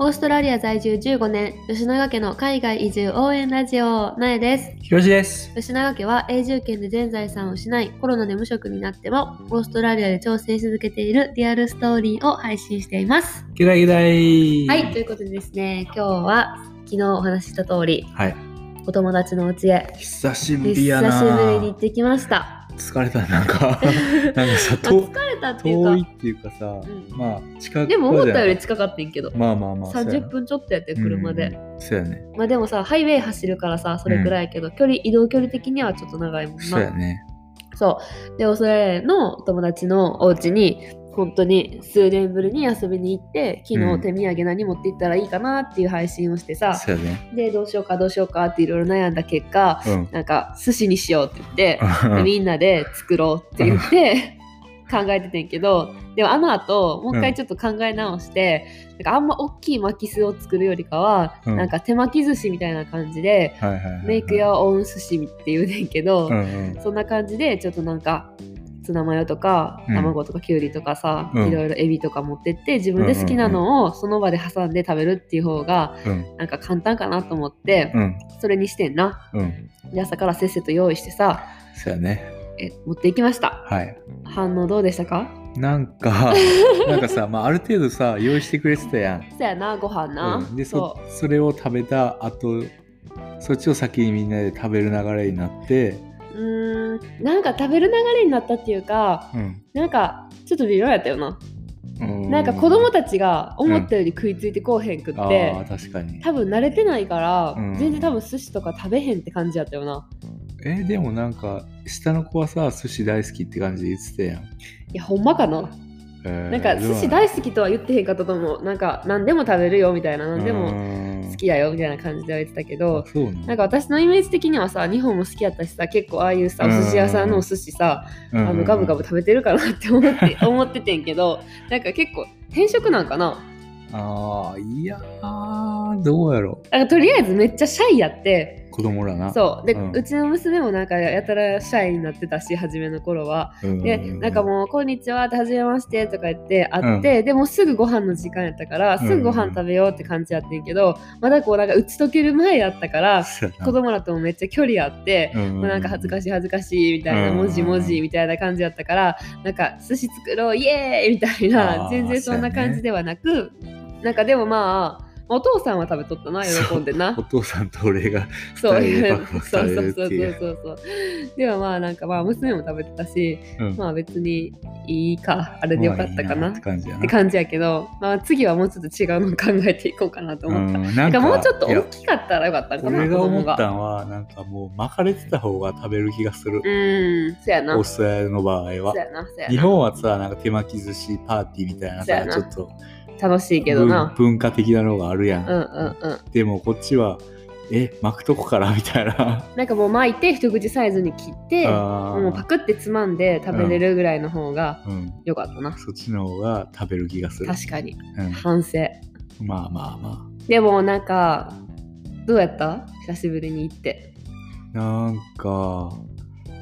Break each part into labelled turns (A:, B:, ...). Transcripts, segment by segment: A: オーストラリア在住15年、吉永家の海外移住応援ラジオ、なえです。
B: ひろしです。
A: 吉永家は永住権で全財産を失い、コロナで無職になっても、オーストラリアで挑戦し続けているリアルストーリーを配信しています。
B: ギダギダイ。
A: はい、ということでですね、今日は昨日お話しした通り、
B: はい。
A: お友達のお家へ、
B: 久しぶ
A: 久
B: り
A: し
B: やな。
A: ぶりに行ってきま した。
B: 疲れた なんかなんかさ
A: あ
B: 遠
A: 疲れたっていうか
B: 遠い、っていうかさ、
A: ん
B: まあ近く
A: でも思ったより近かったんやけど、
B: まあまあまあ。そうやな
A: 30分ちょっとやって車で。。
B: うんそうやね。
A: まあでもさハイウェイ走るからさそれぐらいやけど、距離移動距離的にはちょっと長いもん
B: そうや
A: な
B: ね。
A: そうでオーストラリアの友達のお家に本当に数年ぶりに遊びに行って昨
B: う
A: 日
B: ん
A: 手土産何持って行ったらいいかなっていう配信をしてさ、
B: そうやね。
A: でどうしようかどうしようかっていろいろ悩んだ結果
B: うん。
A: なんか寿司にしようって言ってでみんなで作ろうって言って 考えててんけどでもあの後もう一回ちょっと考え直して、なんかあんま大きい巻き巣を作るよりかは、
B: うん
A: なんか手巻き寿司みたいな感じで、
B: はいはいはいはい
A: メイク。やオウン寿司って言うねんけど、
B: うんうん。
A: そんな感じでちょっとなんかツナマヨとか
B: うん
A: 卵とかきゅうりとかさ、
B: うん
A: いろいろエビとか持ってって自分で好きなのをその場で挟んで食べるっていう方が
B: うん
A: なんか簡単かなと思って、
B: うん
A: それにしてんな
B: うん。
A: で朝からせっせと用意してさ
B: そうやね。
A: え持っていきました
B: はい。
A: 反応どうでしたか
B: なん かなんかさまあある程度さ用意してくれてたやん。
A: そやなご飯な、
B: うんでそ
A: そ
B: それを食べた後そっちを先にみんなで食べる流れになって、
A: ううーんなんか食べる流れになったっていうか
B: うん
A: なんかちょっと微妙やったよななんか子供
B: た
A: たちが思ったより食いついてこうへんくって、
B: あー確かに
A: 多分慣れてないから、
B: うん
A: 全然多分寿司とか食べへんって感じやったよな
B: えーでもなんか下の子はさ寿司大好きって感じで言ってたやん、
A: いやほんまかな、
B: えー
A: なんか
B: でも
A: 寿司大好きとは言ってへんかったと思うなんか何でも食べるよみたいな何で
B: う
A: も
B: ーん
A: 好きやよみたいな感じでは言ってたけ
B: あ
A: ど
B: そうなの
A: なんか私のイメージ的にはさ日本も好きやったしさ結構ああいうさお寿司屋さんのお寿司さ、
B: うんうん
A: あのガブガブ食べてるかなって思って 思っててんけどなんか結構偏食なんかな
B: あーいやーどうやろ
A: なんかとりあえずめっちゃシャイやって
B: う子供らな
A: そうで、う
B: うん
A: ちの娘もなんかやたらシャイになってたし初めの頃は
B: うんうんうん、
A: でなんかもう「こんにちは」って「はじめまして」とか言って会って、でもうすぐご飯の時間やったから
B: うん
A: すぐご飯食べようって感じやってんけど、まだこうなんか打ち解ける前やったから
B: そうやな
A: 子供らともめっちゃ距離あって。
B: うんうんうん
A: もうなんか恥ずかしい恥ずかしいみたいな、
B: うん
A: もじもじみたいな感じだったからなんか寿司作ろうイエーイみたい
B: あ
A: な
B: ー
A: 全然そんな感じではなく、なんかでもまあお父さんは食べとったな喜んでな
B: お父さんと 俺が
A: そうい
B: 二人で
A: う
B: パクパク
A: そう
B: 食べ
A: そ
B: る
A: う
B: って
A: そうそ
B: いう
A: うそうそうでもまあなんかまあ娘も食べてたし
B: うん
A: まあ別にいいかあれでよかったかな
B: まあ
A: っ
B: いいって感じやな
A: て感じやけどまあ次はもうちょっと違うのを考えていこうかなと思った、
B: うん
A: な
B: なんん
A: か
B: か
A: もうちょっと
B: いや
A: 大きかったらよかったんかな
B: 俺が思った
A: 子供
B: のはなんかもう巻かれてた方が食べる気がする
A: う、ーんそやな
B: オーストラリアの場合
A: そ
B: は
A: やなそや
B: 日
A: な
B: 本はさなんか手巻き寿司パーティーみたいな
A: そうや
B: さ
A: な
B: ちょっと
A: 楽しいけど
B: 文
A: な
B: 文化的なのがあるやん、
A: うんうんうん
B: でもこっちはえ巻くとこから みたいな
A: なんかもう巻いて一口サイズに切って
B: あー
A: もうパクってつまんで食べれるぐらいの方が
B: うん、
A: よかったな、
B: そっちの方が食べる気がする、
A: 確かに
B: う
A: 反省
B: ん、まあまあま
A: でもなんかどうやった久しぶりに行って
B: あなんか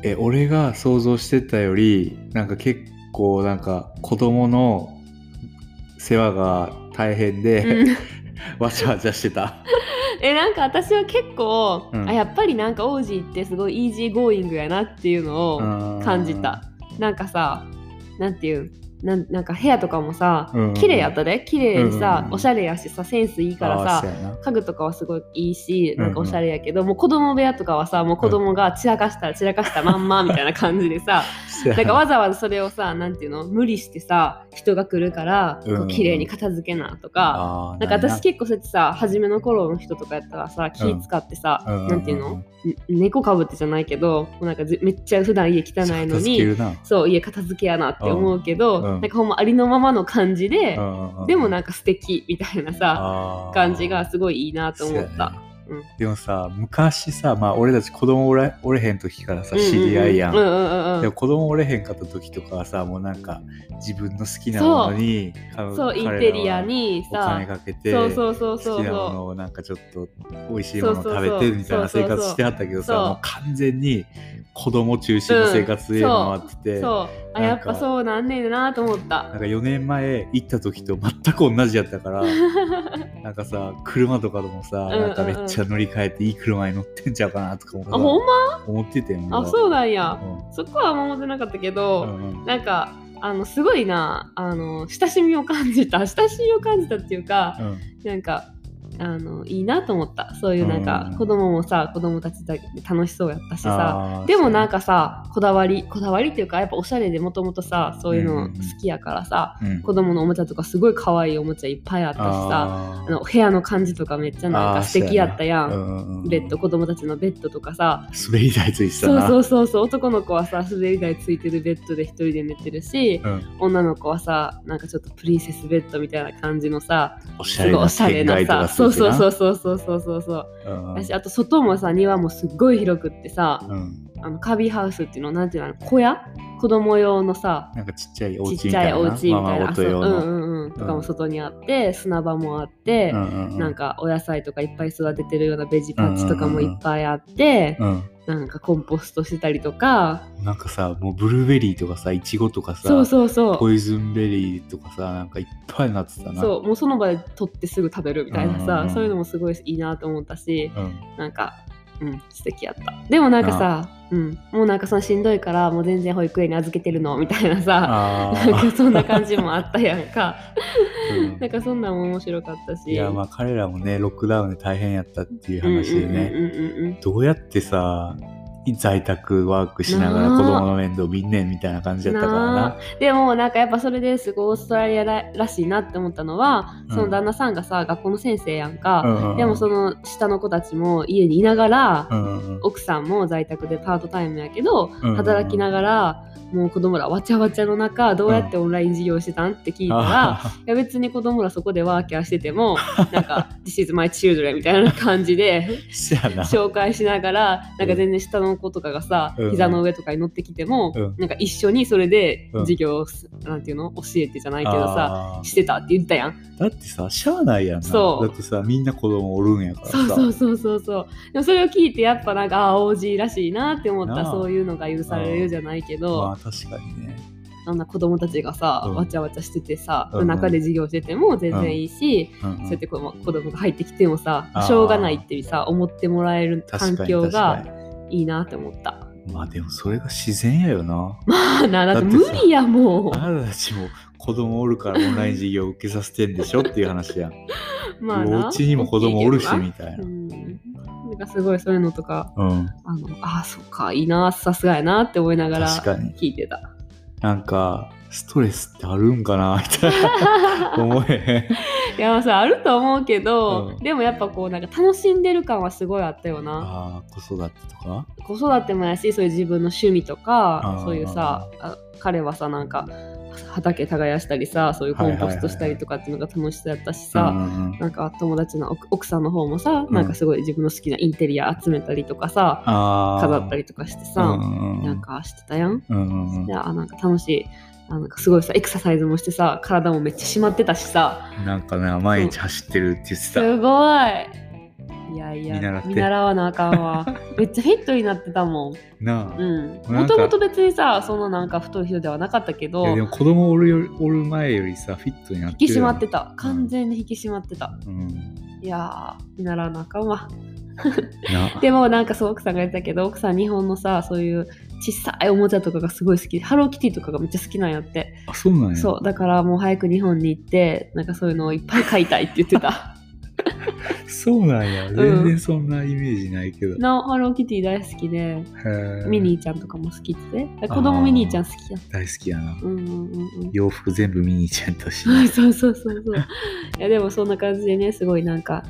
B: え俺が想像してたよりなんか結構なんか子供の世話が大変で、わちゃわちゃしてた。
A: えなんか私は結構、
B: うん
A: あやっぱりなんか王子ってすごいイージーゴーイングやなっていうのを感
B: 感
A: じた。なんかさなんていうんなんなんか部屋とかもさ、綺麗やったで綺麗でさ、
B: うん
A: おしゃれやしさセンスいいから
B: あーそ
A: さ
B: うやな
A: 家具とかはすごいいいしなんか
B: うん
A: お
B: うん
A: しゃれやけど、もう子供部屋とかはさもう子供が散らかしたら散らかしたまんまみたいな感じで さ
B: そうや
A: な
B: なん
A: かわざわざそれをさなんていうの無理してさ人が来るからこ
B: う
A: うん綺麗に片付けなとか、
B: あー
A: なんか私結構そうやってさ初めの頃の人とかやったらさ気使ってさ、
B: うん
A: なんていうの、ん猫かぶってじゃないけどもうなんかじめっちゃ普段家汚
B: なん
A: いの
B: 助け
A: に
B: るな
A: そう家片付けやなって思うけど、
B: うんうん
A: なんかほんまありのままの感じで、でもなんんか素敵みたいなさ
B: か
A: 感じがすごいいいなと思った。うん
B: でもさ昔さまあ俺たち子供おれおれへん時からさ知り合いやん,、
A: うんうんうんうん
B: でも子供おれへんかった時とかはさもうなんか自分の好きなものに
A: そうインテリアに
B: お
A: さ
B: 金かけて
A: そうそうそう
B: 好
A: そう
B: きなも
A: そ
B: のをなんかちょっと美味しいものを食べ
A: そうそう
B: て
A: そう
B: みたいな生活してはったけどさ
A: そう
B: もう完全に子供中心の生活で回って
A: う
B: て、
A: そうあやっぱ
B: う
A: そうなんねえなと思った
B: なんか4年前行った時と全く同じやったから なんかさ車とかでもさ
A: んうんうん
B: なんかめっちゃ乗り換えていい車に乗ってんちゃうかなとかもさ
A: あほんま
B: 思っててん
A: あそう
B: う
A: なん
B: だ
A: やそこはあんま思ってなかったけど、
B: うんうんうん
A: なんかあのすごいなあの親しみを感じた 親しみを感じたっていうか
B: うん
A: なんかあのいいなと思ったそういうなんか
B: うん
A: 子供もさ子供たちだ楽しそうやったしさ
B: あー
A: でもなん
B: そ
A: かさこだわりこだわりっていうかやっぱおしゃれでもともとさそういうの好きやからさ、
B: うねうん
A: 子供のおもちゃとかすごい可愛いおもちゃいっぱいあったしさ
B: あ
A: あの部屋の感じとかめっちゃなんか素敵やったや
B: ー
A: ん。
B: うんうんうん
A: ベッド子供たちのベッドとかさ、
B: 滑り台ついてた
A: そう
B: な
A: そうそうそう男の子はさ滑り台ついてるベッドで一人で寝てるし、
B: うん
A: 女の子はさなんかちょっとプリンセスベッドみたいな感じのさ
B: おし
A: す
B: ゃれ
A: ごいお
B: な
A: しゃれな
B: 天蓋
A: さ
B: とか
A: そうそうそううそうそうそうそうそう
B: うんうん
A: 私あと外もさ庭もすっごい広くってさ
B: うん
A: あのカビハウスっていうのなんていうの小屋子供用のさ
B: なんかちっちゃいお家
A: ちっ
B: みたい
A: ちゃい
B: な
A: お家みたいな、
B: ママ
A: あそ
B: ごと
A: ううん
B: 用の
A: うんうんとか
B: う
A: も
B: ん
A: 外にあって砂場もあって、なん
B: か
A: かお野菜とかいっぱい育ててるようなベジパッチとかもいっぱいあって、
B: うん
A: なんかコンポストしてたりとか、
B: なんかさもうブルーベリーとかさいちごとかさ
A: そうそうそう
B: ポイズンベリーとかさなんかいっぱいなってたな
A: そうもうその場で取ってすぐ食べるみたいな
B: うんうん
A: さ
B: うん
A: そういうのもすごいいいなと思ったし
B: うん
A: なんかうん素敵やったでもなんかさうん、もうなんかそのしんどいからもう全然保育園に預けてるのみたいなさ
B: あ
A: なん
B: ー
A: かそんな感じもあったやんか
B: うん
A: なんかそんなんも面白かったし
B: いやまあ彼らもねロックダウンで大変やったっていう話でね、
A: うんうんうんうんうん
B: どうやってさ在宅ワークしながら
A: なあ
B: 子供の面倒見んねんみたいな感じやったからな
A: なでもなんかやっぱそれですごいオーストラリアららしいなって思ったのは、
B: う
A: そ
B: ん
A: の旦那さんがさ学校の先生やんか、
B: うんうん
A: でもその下の子たちも家にいながら、
B: うんうん
A: 奥さんも在宅でパートタイムやけど
B: うん
A: 働きながらもう子供らわちゃわちゃの中どうやってオンライン授業してたんって聞いたら、
B: あ
A: いや別に子供らそこでワーキャーしててもなん か「This is my children」みたいな感じで
B: ー そやな
A: 紹介しながらなんか全然下の子とかがさ、
B: うん
A: 膝の上とかに乗ってきても、
B: うん
A: なんか一緒にそれで
B: うん
A: 授業をす、なんていうの教えてじゃないけどさ
B: あー
A: してたって言ったやん
B: だってさしゃあないやんな
A: そう
B: だってさみんな子供おるんやからさ
A: そうそうそうそうそうでもそれを聞いてやっぱなんかああ OG らしいなって思った
B: なあ
A: そういうのが許されるじゃないけ
B: まあ
A: ど
B: 確かにね
A: あんな子供たちがさ、
B: うん
A: わちゃわちゃしててさ、
B: うんうん
A: 中で授業してても全然いいし、
B: うんうん
A: そうやって子供子供が入ってきてもさ
B: あー
A: しょうがないってさ思ってもらえる
B: 確
A: 環
B: かに
A: 境
B: 確
A: が
B: か
A: いいなって思った
B: にまあでもそれが自然やよな
A: まあなだって
B: だって
A: 無
B: さ
A: 理やも
B: あなたたちも子供おるからオンライン授業受けさせてんでしょっていう話やん
A: う まあな
B: お家にも子供おるしみたいな
A: うんなんかすごいそういうのとか
B: うん
A: あのあーそっかいいなさすがやなって思いながら
B: 確かに
A: 聞いてた
B: なんかストレスってあるんかなみたいな 思えへん
A: いやさあると思うけど、
B: うん
A: でもやっぱこうなんか楽しんでる感はすごいあったよな
B: ああ子育てとか
A: 子育てもやしそういう自分の趣味とか
B: あー
A: そういうさあ彼はさなんか畑耕したりさそういうコンポストしたりとかっていうのが楽しそうやったしさ、
B: うんうん
A: なんか友達の奥奥さんの方もさ、
B: うん
A: なんかすごい自分の好きなインテリア集めたりとかさ
B: あ
A: 飾った
B: り
A: りとかしてさ、なんかしてたやん。
B: うんうんうん
A: いやあなんか楽しいあなんかすごいさエクササイズもしてさ体もめっちゃ締まってたしさ
B: なんかね毎日走ってるって言ってた、
A: すごいいやいや
B: 見習って
A: わなあかん わめっちゃフィットになってたもん
B: なあ、
A: うん
B: な
A: も
B: んか
A: ともと別にさそのなんか太い人ではなかったけど
B: いやで
A: 引
B: も子供おるよりおる前よりさフィットになって
A: き
B: るよ
A: 締ま
B: ね
A: ってた完全に引き締まってた、
B: うん
A: いやー見習わなあかんわ
B: な
A: でもなんかそう奥さんが言ってたけど奥さん日本のさそういう小さいおもちゃとかがすごい好きハローキティとかがめっちゃ好きなんやって、
B: あそうなんや
A: そうだからもう早く日本に行ってなんかそういうのをいっぱい買いたいって言ってた
B: そうなんや
A: ん
B: 全然そんなイメージないけど、
A: なおハローキティ大好きで
B: へえ
A: ミニーちゃんとかも好きって子供ミニーちゃん好きや
B: 大好きやな
A: うんうんうんうん
B: 洋服全部ミニちゃんとし
A: そうそうそう そう。いやでもそんな感じでねすごいなんか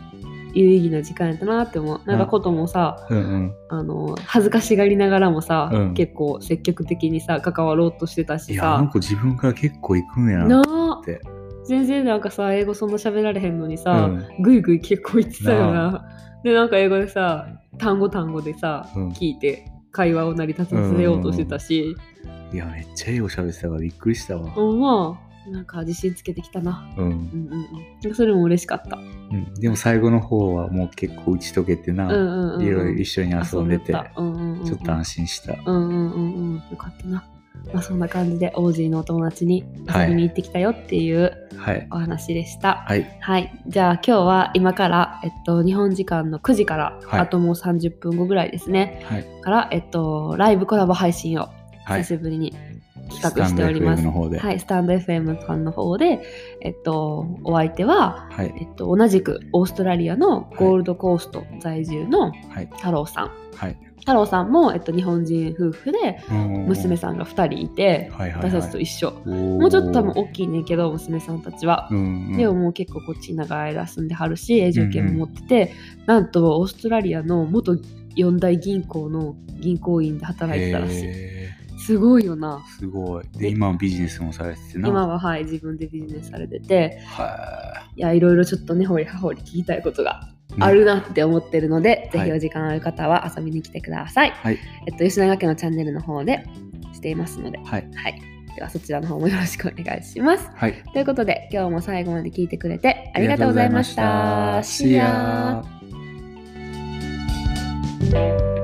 A: 有意義な時間やったなって思う。なんかこともさ、
B: うんうん
A: あの恥ずかしがりながらもさ、
B: うん
A: 結構積極的にさ関わろうとしてた
B: い
A: し
B: やあの
A: さ。
B: 子自分から結構行くんや
A: な
B: な
A: あ
B: って
A: 全然なんかさ英語そんな喋られへんのに
B: う
A: さ、
B: ん
A: ぐいぐい結構言ってたよな。でなんか英語でさ単語単語でさ、
B: うん
A: 聞いて会話を成り立たせようとしてたし、
B: いやめっちゃ英語喋ってたからびっくりしたわ
A: ほんまなんか自信つけてきたな。
B: うん、
A: うんうんうん。それも嬉しかった。
B: うんでも最後の方はもう結構打ち解けてな、
A: うんうんうんうん。
B: いろいろ一緒に遊んで
A: 遊んで
B: て
A: たうんうんうんうん
B: ちょっと安心した、
A: うんうんうんうんよかったなまあ、そんな感じでオージーのお友達に遊びに行ってきたよっていう
B: はい。
A: お話でした。
B: はい。
A: はい、じゃあ今日は今から、えっと、日本時間の9時から、
B: はい
A: あともう30分後ぐらいですね
B: はい。
A: から、えっと、ライブコラボ配信を
B: は
A: 久
B: い。
A: しぶりに企画しております。
B: スタンド FM の方で。
A: はい、スタンド FM さんの方で、えっと、お相手は、
B: はい。
A: えっと、同じくオーストラリアのゴールドコースト在住の
B: はい。
A: 太郎さん。
B: はい。
A: 太郎さんも、えっと、日本人夫婦で娘
B: さ
A: さんが2人いて、
B: はいはいはい
A: 私たちと一緒。
B: ん。
A: も
B: も
A: うちょっと多分大きいねんけど娘さんたちは。
B: うんうん。
A: でももう結構こっち長い間住んではるし永住権も持ってて、なんとオーストラリアの元四大銀行の銀行員で働いてたらしい。
B: へ
A: すごいよな。
B: ーすごい。で、今はビジネスもされててな。
A: 今ははい自分でビジネスされてて
B: はい
A: やいろいろちょっとねほりはほり聞きたいことが
B: い。
A: あるなって思ってるので、ぜ
B: は
A: ひ
B: い
A: お時間ある方は遊びに来てください、
B: はい
A: えっと吉永家のチャンネルの方でしていますので、
B: はい。
A: はい、ではそちらの方もよろしくお願いします
B: はい。
A: ということで今日も最後まで聞いてくれてありがとうございました
B: ありがとうございました
A: See ya